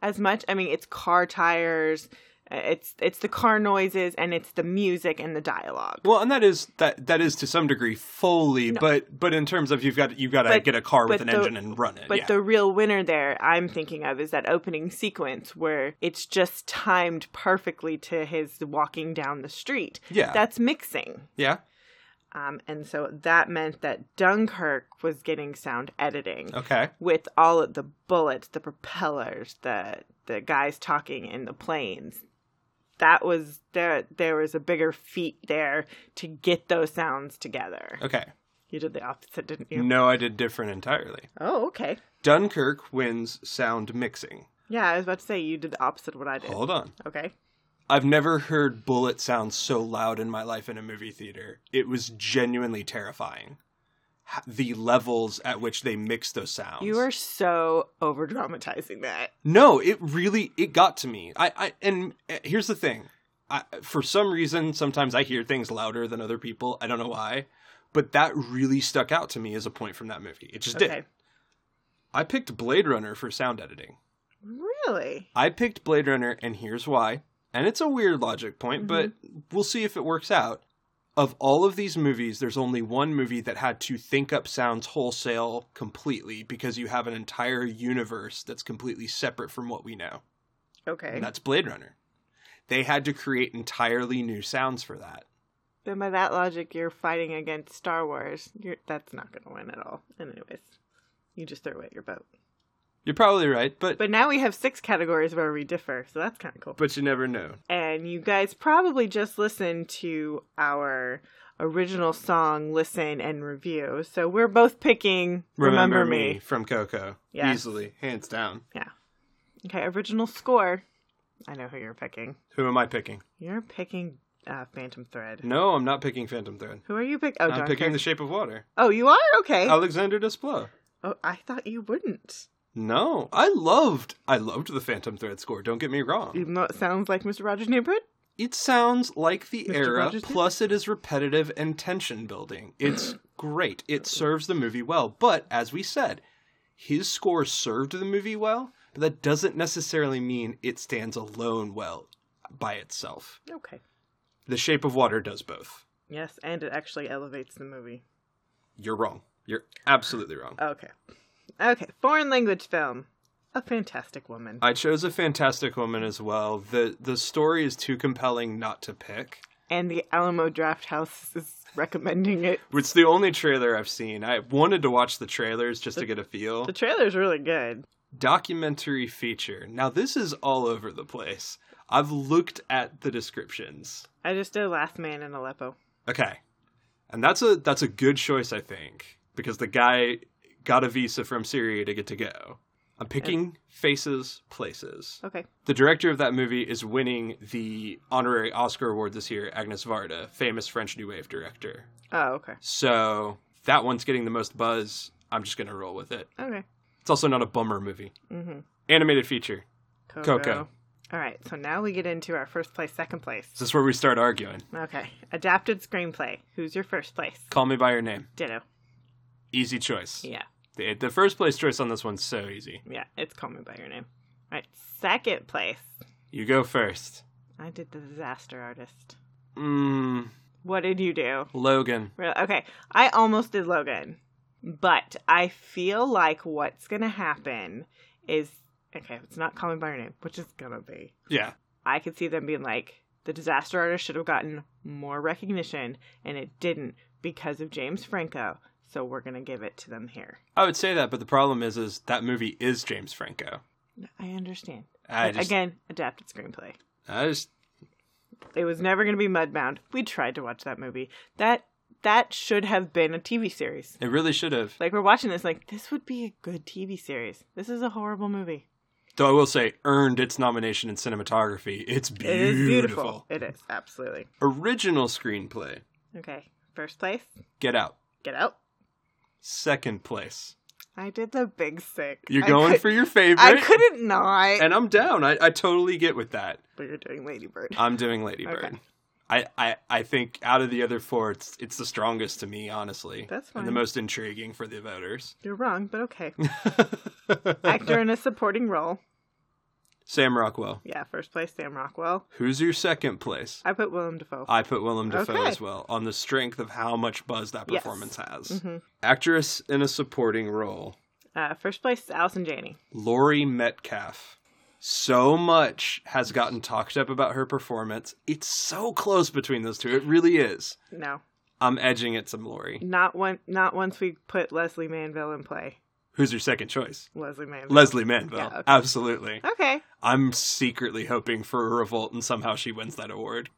as much. I mean, it's car tires, it's it's the car noises and it's the music and the dialogue. Well, and that is that that is to some degree Foley, but but in terms of you've got you've got to But- get a car with but an the- engine and run it. But yeah. the real winner there I'm thinking of is that opening sequence where it's just timed perfectly to his walking down the street. Yeah. That's mixing. yeah. Um, and so that meant that Dunkirk was getting sound editing Okay. with all of the bullets, the propellers, the the guys talking in the planes. That was there there was a bigger feat there to get those sounds together. Okay. You did the opposite, didn't you? No, I did different entirely. Oh, okay. Dunkirk wins sound mixing. Yeah, I was about to say you did the opposite of what I did. Hold on. Okay. I've never heard bullet sounds so loud in my life in a movie theater. It was genuinely terrifying. H- The levels at which they mix those sounds. You are so over dramatizing that. no, it really it got to me. I, I and uh, here's the thing. I, for some reason, sometimes I hear things louder than other people. I don't know why, but that really stuck out to me as a point from that movie. It just Okay. did. I picked Blade Runner for sound editing. Really? I picked Blade Runner, and here's why. And it's a weird logic Mm-hmm. point, but we'll see if it works out. Of all of these movies, there's only one movie that had to think up sounds wholesale completely because you have an entire universe that's completely separate from what we know. Okay. And that's Blade Runner. They had to create entirely new sounds for that. Then by that logic, you're fighting against Star Wars. You're, that's not going to win at all. And anyways, you just threw away your boat. You're probably right, but but, But now we have six categories where we differ, so that's kind of cool. you never know. and you guys probably just listened to our original song listen and review. So we're both picking Remember, Me. from Coco. Yes. Easily, hands down. Okay, original score. I know who you're picking. Who am I picking? You're picking uh, Phantom Thread. No, I'm not picking Phantom Thread. Who are you picking? Oh, I'm Dunkirk. picking The Shape of Water. Oh, you are? Okay. Alexander Desplat. Oh, I thought you wouldn't. No, I loved I loved the Phantom Thread score. Don't get me wrong. Even though it sounds like Mr. Rogers' Neighborhood. It sounds like the Mr. era. Rogers did? plus, it is repetitive and tension building. It's great. It serves the movie well. But as we said, his score served the movie well. But that doesn't necessarily mean it stands alone well by itself. Okay. The Shape of Water does both. Yes, and it actually elevates the movie. You're wrong. You're absolutely wrong. Okay. Okay, foreign language film. A fantastic woman. I chose a Fantastic Woman as well. the The story is too compelling not to pick. and the Alamo Draft House is recommending it. It's the only trailer I've seen. I wanted to watch the trailers just to get a feel. The trailer's really good. Documentary feature. Now, this is all over the place. I've looked at the descriptions. I just did Last Man in Aleppo. Okay. And that's a that's a good choice, I think, because the guy got a visa from Syria to get to go. I'm picking Faces Places. Okay. The director of that movie is winning the honorary Oscar award this year, Agnes Varda, famous French New Wave director. Oh, okay. So that one's getting the most buzz. I'm just gonna roll with it. Okay. It's also not a bummer movie. Mm-hmm. Animated feature. Coco. Coco. All right, so now we get into our first place, second place. Is this where we start arguing? Okay. Adapted screenplay. Who's your first place? Call me by your name. Ditto. Easy choice. Yeah. The, the first place choice on this one's so easy. Yeah, it's Call Me By Your Name. All right, second place. You go first. I did The Disaster Artist. Mmm, What did you do? Logan. Re- Okay, I almost did Logan, but I feel like what's gonna happen is okay. It's not Call Me by Your Name, which is gonna be. Yeah. I could see them being like, the disaster artist should have gotten more recognition, and it didn't because of James Franco. So we're gonna give it to them here. I would say that, but the problem is, is that movie is James Franco. I understand. I But just- Again, adapted screenplay. I just, It was never gonna be Mudbound. We tried to watch that movie. That that should have been a TV series. it really should have. Like we're watching this, like this would be a good TV series. This is a horrible movie. Though I will say, earned its nomination in cinematography. It's beautiful. It is beautiful. It is absolutely Original screenplay. okay. First place, Get Out. get out. Second place. I did the big sick. You're I going could- for your favorite. I couldn't not. And I'm down. I, I totally get with that. but you're doing Ladybird. I'm doing Ladybird. Okay. I, I, I think out of the other four, it's it's the strongest to me, honestly. That's And the fine. most intriguing for the voters. You're wrong, but okay. Actor in a supporting role. Sam Rockwell. Yeah, first place Sam Rockwell. Who's your second place? I put Willem Dafoe. I put Willem Dafoe Okay. as well on the strength of how much buzz that Yes. Mm-hmm. performance has. Actress in a supporting role, Uh, first place Allison Janney. Lori Metcalf. So much has gotten talked up about her performance. It's so close between those two. It really is. No, I'm edging it some Lori. not one. Not once we put Leslie Manville in play. Who's your second choice? Leslie Manville. Leslie Manville. Yeah, okay. Absolutely. okay. I'm secretly hoping for a revolt and somehow she wins that award.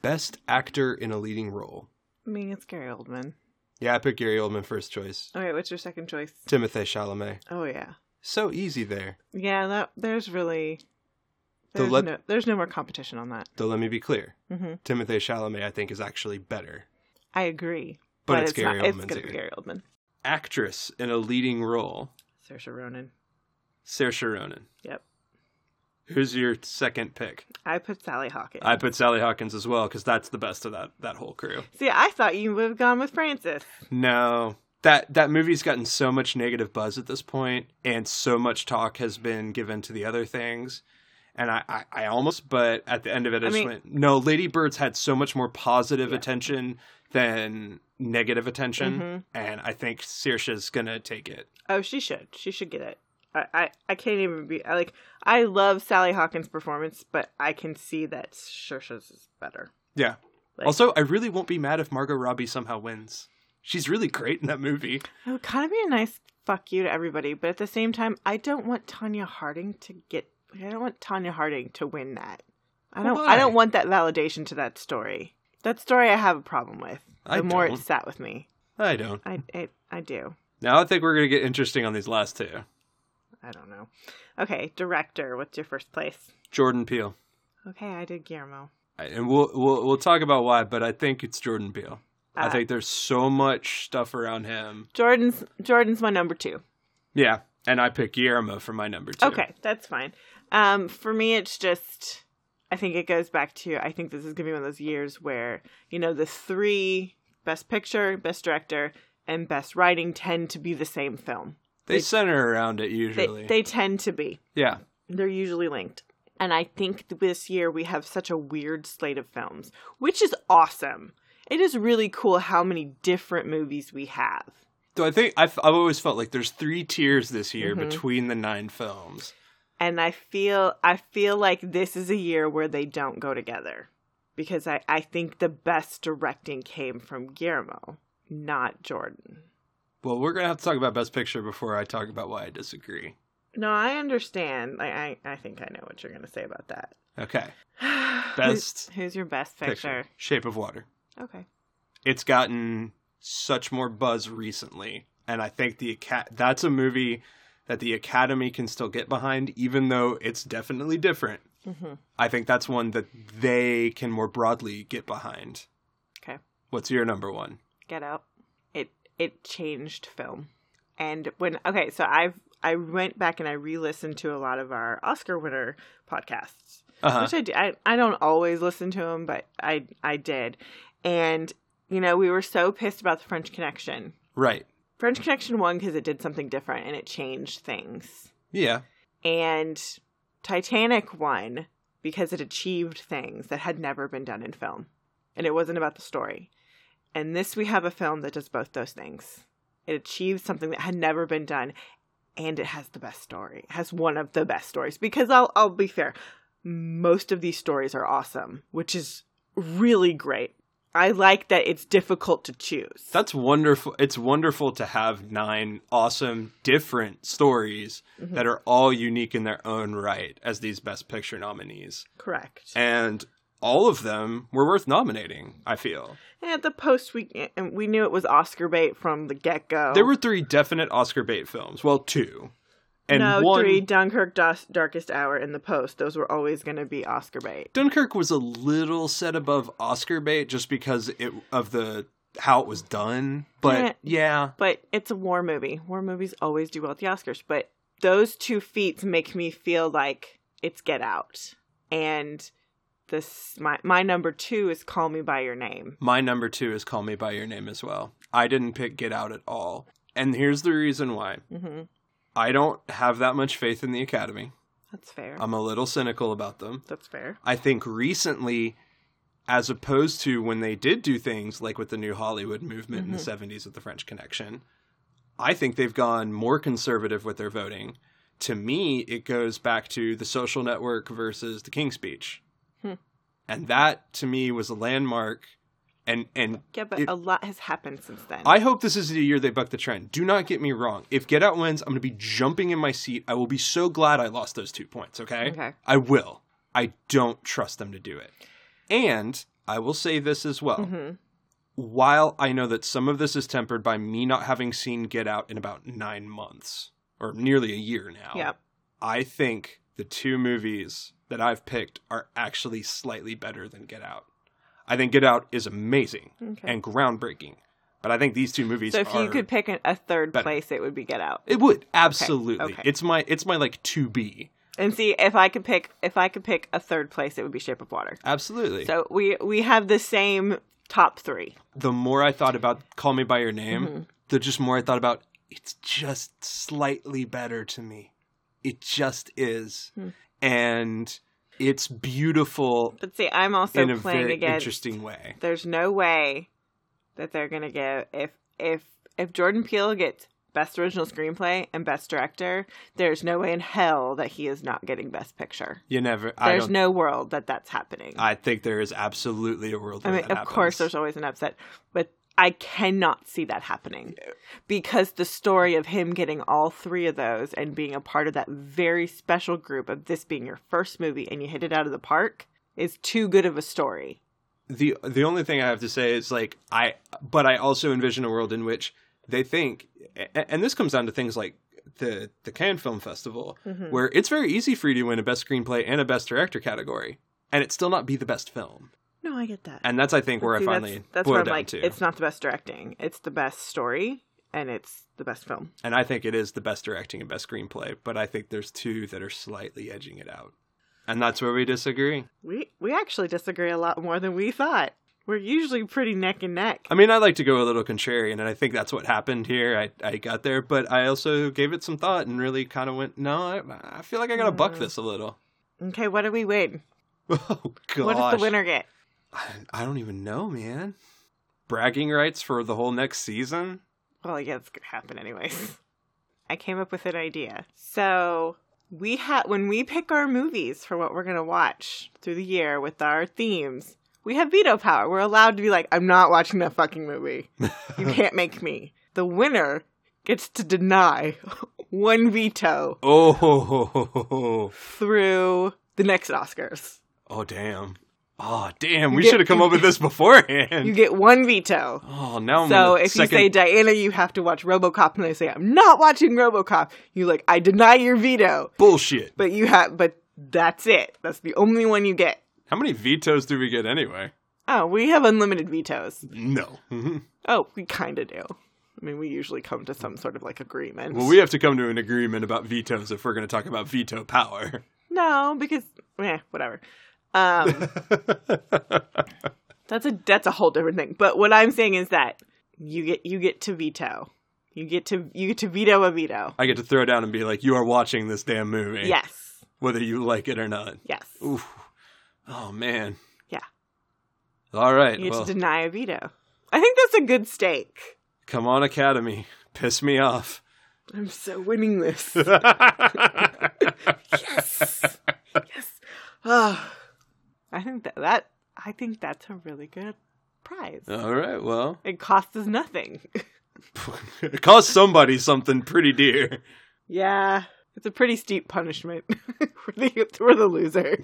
Best actor in a leading role. I mean, it's Gary Oldman. Yeah, I picked Gary Oldman first choice. Okay, what's your second choice? Timothy Chalamet. Oh yeah, So easy there. yeah. That there's really The there's, let- no, there's no more competition on that. Though let me be clear, Mhm. Timothy Chalamet I think is actually better. I agree, But it's Gary not, It's Oldman's gonna be here. Gary Oldman. Actress in a leading role, Saoirse Ronan. Saoirse Ronan. Yep. Who's your second pick? I put Sally Hawkins. I put Sally Hawkins as well because that's the best of that that whole crew. See, I thought you would have gone with Francis. No, that that movie's gotten so much negative buzz at this point, and so much talk has been given to the other things. And I, I, I almost, but at the end of it, I, I just mean- went, no, Lady Bird's had so much more positive attention than negative attention. Mm-hmm. And I think Saoirse's going to take it. Oh, she should. She should get it. I, I, I can't even be I, like I love Sally Hawkins' performance, but I can see that Saoirse's is better. Yeah. Like- also, I really won't be mad if Margot Robbie somehow wins. She's really great in that movie. It would kind of be a nice fuck you to everybody, but at the same time, I don't want Tanya Harding to get. I don't want Tanya Harding to win that. I don't. Why? I don't want that validation to that story. That story I have a problem with. The I more don't. it sat with me, I don't. I, I, I do. Now I think we're going to get interesting on these last two. I don't know. Okay, director. What's your first place? Jordan Peele. Okay, I did Guillermo. and we'll we'll we'll talk about why, but I think it's Jordan Peele. I Uh, think there's so much stuff around him. Jordan's Jordan's my number two. Yeah, and I pick Guillermo for my number two. Okay, that's fine. Um, for me, it's just I think it goes back to I think this is gonna be one of those years where you know the three best picture, best director, and best writing tend to be the same film. they center around it They usually. they tend to be. yeah, They're usually linked. And I think this year we have such a weird slate of films, which is awesome. It is really cool how many different movies we have. though I think I've I've always felt like there's three tiers this year Mm-hmm. between the nine films. and I feel I feel like this is a year where they don't go together because I I think the best directing came from Guillermo, not Jordan. Well, we're gonna have to talk about Best Picture before I talk about why I disagree. No, I understand. I I, I think I know what you're going to say about that. Okay, Who's, Best who's your best picture? Picture, Shape of Water. Okay. it's gotten such more buzz recently and i think the Aca- that's a movie that the academy can still get behind even though it's definitely different i think that's one that they can more broadly get behind Okay. what's your number one Get Out. It it changed film. And when okay, so I've I went back and I re-listened to a lot of our Oscar winner podcasts, Uh-huh. which I, d- I I don't always listen to them, but I I did, and you know we were so pissed about the French Connection right French Connection won because it did something different and it changed things. Yeah. And Titanic won because it achieved things that had never been done in film. And it wasn't about the story. And this, we have a film that does both those things. It achieves something that had never been done, and it has the best story. It has one of the best stories. Because I'll, I'll be fair, most of these stories are awesome, which is really great. I like that it's difficult to choose. That's wonderful. It's wonderful to have nine awesome, different stories that are all unique in their own right as these Best Picture nominees. Correct. And all of them were worth nominating, I feel. And at the post, we and we knew it was Oscar bait from the get go. There were three definite Oscar bait films. Well, two. And no one. three Dunkirk, Dos- Darkest Hour, and the post. Those were always going to be Oscar bait. Dunkirk was a little set above Oscar bait just because it of the how it was done. But yeah. but it's a war movie. War movies always do well at the Oscars. But those two feats make me feel like it's Get Out, and this my my number two is Call Me by Your Name. My number two is Call Me By Your Name as well. I didn't pick Get Out at all. And here's the reason why hmm I don't have that much faith in the Academy. That's fair. I'm a little cynical about them. That's fair. I think recently, as opposed to when they did do things like with the New Hollywood movement Mm-hmm. in the 70s with the French Connection, I think they've gone more conservative with their voting. To me, it goes back to the social network versus the King's Speech. Hmm. And that to me was a landmark. And, and Yeah, but it- a lot has happened since then. I hope this is the year they buck the trend. Do not get me wrong. If Get Out wins, I'm going to be jumping in my seat. I will be so glad I lost those two points, okay? Okay. I will. I don't trust them to do it. And I will say this as well. Mm-hmm. While I know that some of this is tempered by me not having seen Get Out in about nine months or nearly a year now, Yep. I think the two movies that I've picked are actually slightly better than Get Out. I think Get Out is amazing Okay. and groundbreaking, but I think these two movies So if are. you could pick an, a third better. place, it would be Get Out. it would absolutely. okay. It's my it's my like two B. And see if I could pick if I could pick a third place, it would be Shape of Water. Absolutely. So we we have the same top three. the more I thought about Call Me by Your Name, Mm-hmm. the just more I thought about it's just slightly better to me. It just is, Hmm. and it's beautiful But see, I'm also in a playing very against. interesting way. There's no way that they're gonna give if if if Jordan Peele gets best original screenplay and best director. There's no way in hell that he is not getting best picture. You never. I There's don't no world that that's happening. I think there is absolutely a world. I Where mean, of that course, happens. there's always an upset, but I cannot see that happening because the story of him getting all three of those and being a part of that very special group of this being your first movie and you hit it out of the park is too good of a story. the the only thing I have to say is like I, but I also envision a world in which they think, a- and this comes down to things like the the Cannes Film Festival, Mm-hmm. where it's very easy for you to win a best screenplay and a best director category, and it still not be the best film. No, I get that. And that's I think where See, I finally that's, that's boil where I'm down like, to, it's not the best directing, it's the best story, and it's the best film. and I think it is the best directing and best screenplay, but I think there's two that are slightly edging it out, and that's where we disagree. We we actually disagree a lot more than we thought. We're usually pretty neck and neck. I mean, I like to go a little contrarian, and I think that's what happened here. I, I got there, but I also gave it some thought and really kind of went, no, I, I feel like I got to buck this a little. Okay, what do we win? Oh, gosh. Mm. What does the winner get? I, I don't even know, man. Bragging rights for the whole next season? Well, yeah, it's gonna happen anyways. I came up with an idea. So we have when we pick our movies for what we're gonna watch through the year with our themes, we have veto power. We're allowed to be like, I'm not watching that fucking movie. You can't make me. The winner gets to deny one veto Oh, ho, ho, ho, ho, ho. through the next Oscars. oh damn. Oh, damn. We get- should have come you up with this You beforehand. get one veto. Oh, now I'm So gonna if second... you say Diana, you have to watch RoboCop, and I say I'm not watching RoboCop, you like I deny your veto. bullshit. But you have, but that's it. That's the only one you get. How many vetoes do we get anyway? Oh, we have unlimited vetoes. No. Mhm. Oh, we kind of do. I mean, we usually come to some sort of like agreement. well, we have to come to an agreement about vetoes if we're going to talk about veto power. no, because eh, whatever. Um, that's a that's a whole different thing. But what I'm saying is that you get you get to veto You get to you get to veto a veto. I get to throw down and be like, you are watching this damn movie. Yes. Whether you like it or not. Yes. Oof. Oh, man. Yeah. All right. You get Well, to deny a veto. I think that's a good stake. come on, Academy. Piss me off. I'm so winning this. yes. Yes. Ah. I think that, that I think that's a really good prize. All right. Well, It costs us nothing. it cost somebody something pretty dear. yeah. It's a pretty steep punishment for the for the loser.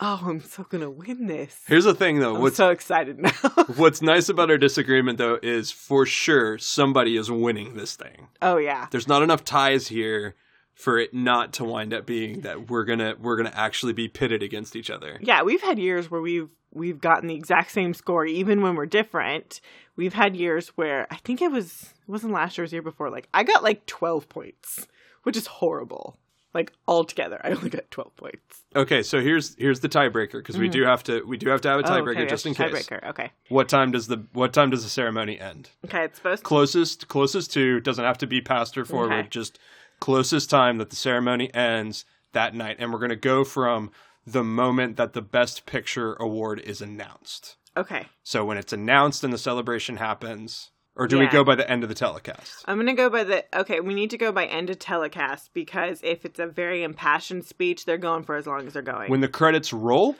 oh, I'm so gonna win this. Here's the thing, though. I'm What's so excited now. What's nice about our disagreement, though, is for sure somebody is winning this thing. oh yeah. There's not enough ties here for it not to wind up being that we're gonna we're gonna actually be pitted against each other. Yeah, we've had years where we've we've gotten the exact same score even when we're different. We've had years where I think it was it wasn't last year, it was the year before, like I got like twelve points, which is horrible. Like altogether, I only got twelve points. Okay, so here's here's the tiebreaker because we do have to we do have to have a Mm. Oh, tiebreaker okay, just in yes, case. Tiebreaker. Okay. What time does the what time does the ceremony end? Okay, it's supposed to Closest closest to doesn't have to be past or forward, Okay. just closest time that the ceremony ends that night, and we're gonna go from the moment that the best picture award is announced. Okay. So when it's announced and the celebration happens, or do we Yeah. go by the end of the telecast? I'm gonna go by the okay, we need to go by end of telecast because if it's a very impassioned speech, they're going for as long as they're going. When the credits roll?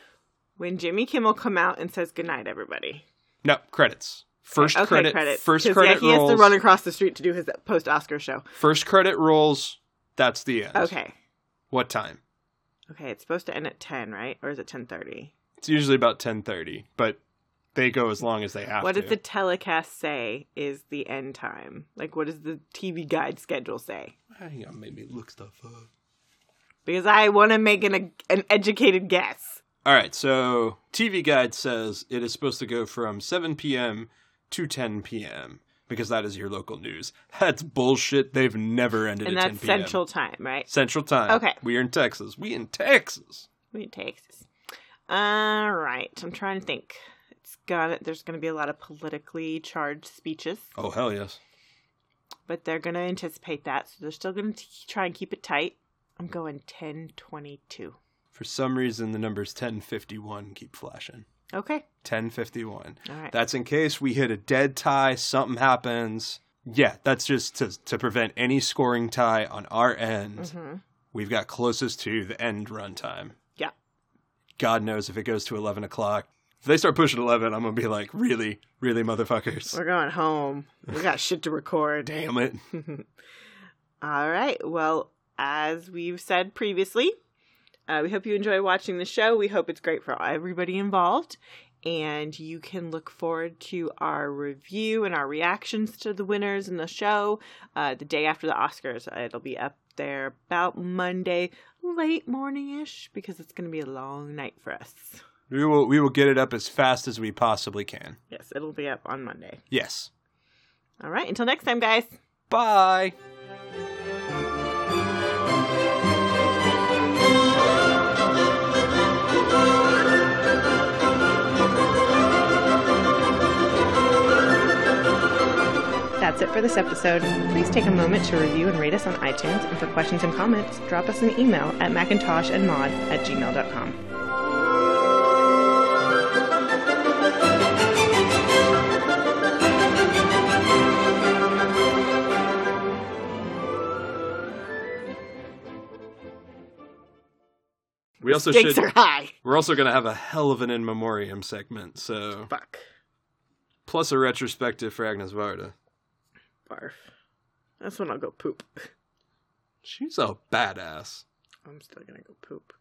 when Jimmy Kimmel come out and says goodnight, everybody. No, credits. First Okay, credit, credit. First 'Cause, credit Yeah, he rolls. has to run across the street to do his post Oscar show. First credit rolls. That's the end. Okay. What time? Okay, it's supposed to end at ten, right? Or is it ten thirty? It's usually about ten thirty, but they go as long as they have What to. does the telecast say is the end time? Like, what does the TV guide schedule say? Hang on, maybe look stuff up. Because I want to make an an educated guess. All right, so TV Guide says it is supposed to go from 7 p.m. to 10 p.m. because that is your local news. That's bullshit. They've never ended and at that's 10 p.m. Central Time, right? Central Time. Okay. We are in Texas. We in Texas. We takes. All right, I'm trying to think. It's gonna. There's gonna be a lot of politically charged speeches, Oh, hell yes. but they're gonna anticipate that, so they're still gonna t- try and keep it tight. I'm going ten twenty two. For some reason, the numbers 1051 keep flashing. Okay. 1051. All right. That's in case we hit a dead tie, something happens. Yeah, that's just to, to prevent any scoring tie on our end. We've got closest to the end run time. Mm-hmm. Yeah. God knows if it goes to 11 o'clock. If they start pushing 11, I'm going to be like, really, really, motherfuckers. We're going home. We got shit to record. Damn it. All right. Well, as we've said previously, uh, we hope you enjoy watching the show. We hope it's great for everybody involved. And you can look forward to our review and our reactions to the winners in the show uh, the day after the Oscars. Uh, It'll be up there about Monday, late morning ish, because it's going to be a long night for us. We will, we will get it up as fast as we possibly can. Yes, it'll be up on Monday. Yes. All right. Until next time, guys. Bye. That's it for this episode. Please take a moment to review and rate us on iTunes, and for questions and comments, drop us an email at macintoshandmod at gmail.com. We also Stakes should. are high. We're also going to have a hell of an in memoriam segment, so Fuck. plus a retrospective for Agnes Varda. Barf. That's when I'll go poop. She's a badass. I'm still gonna go poop.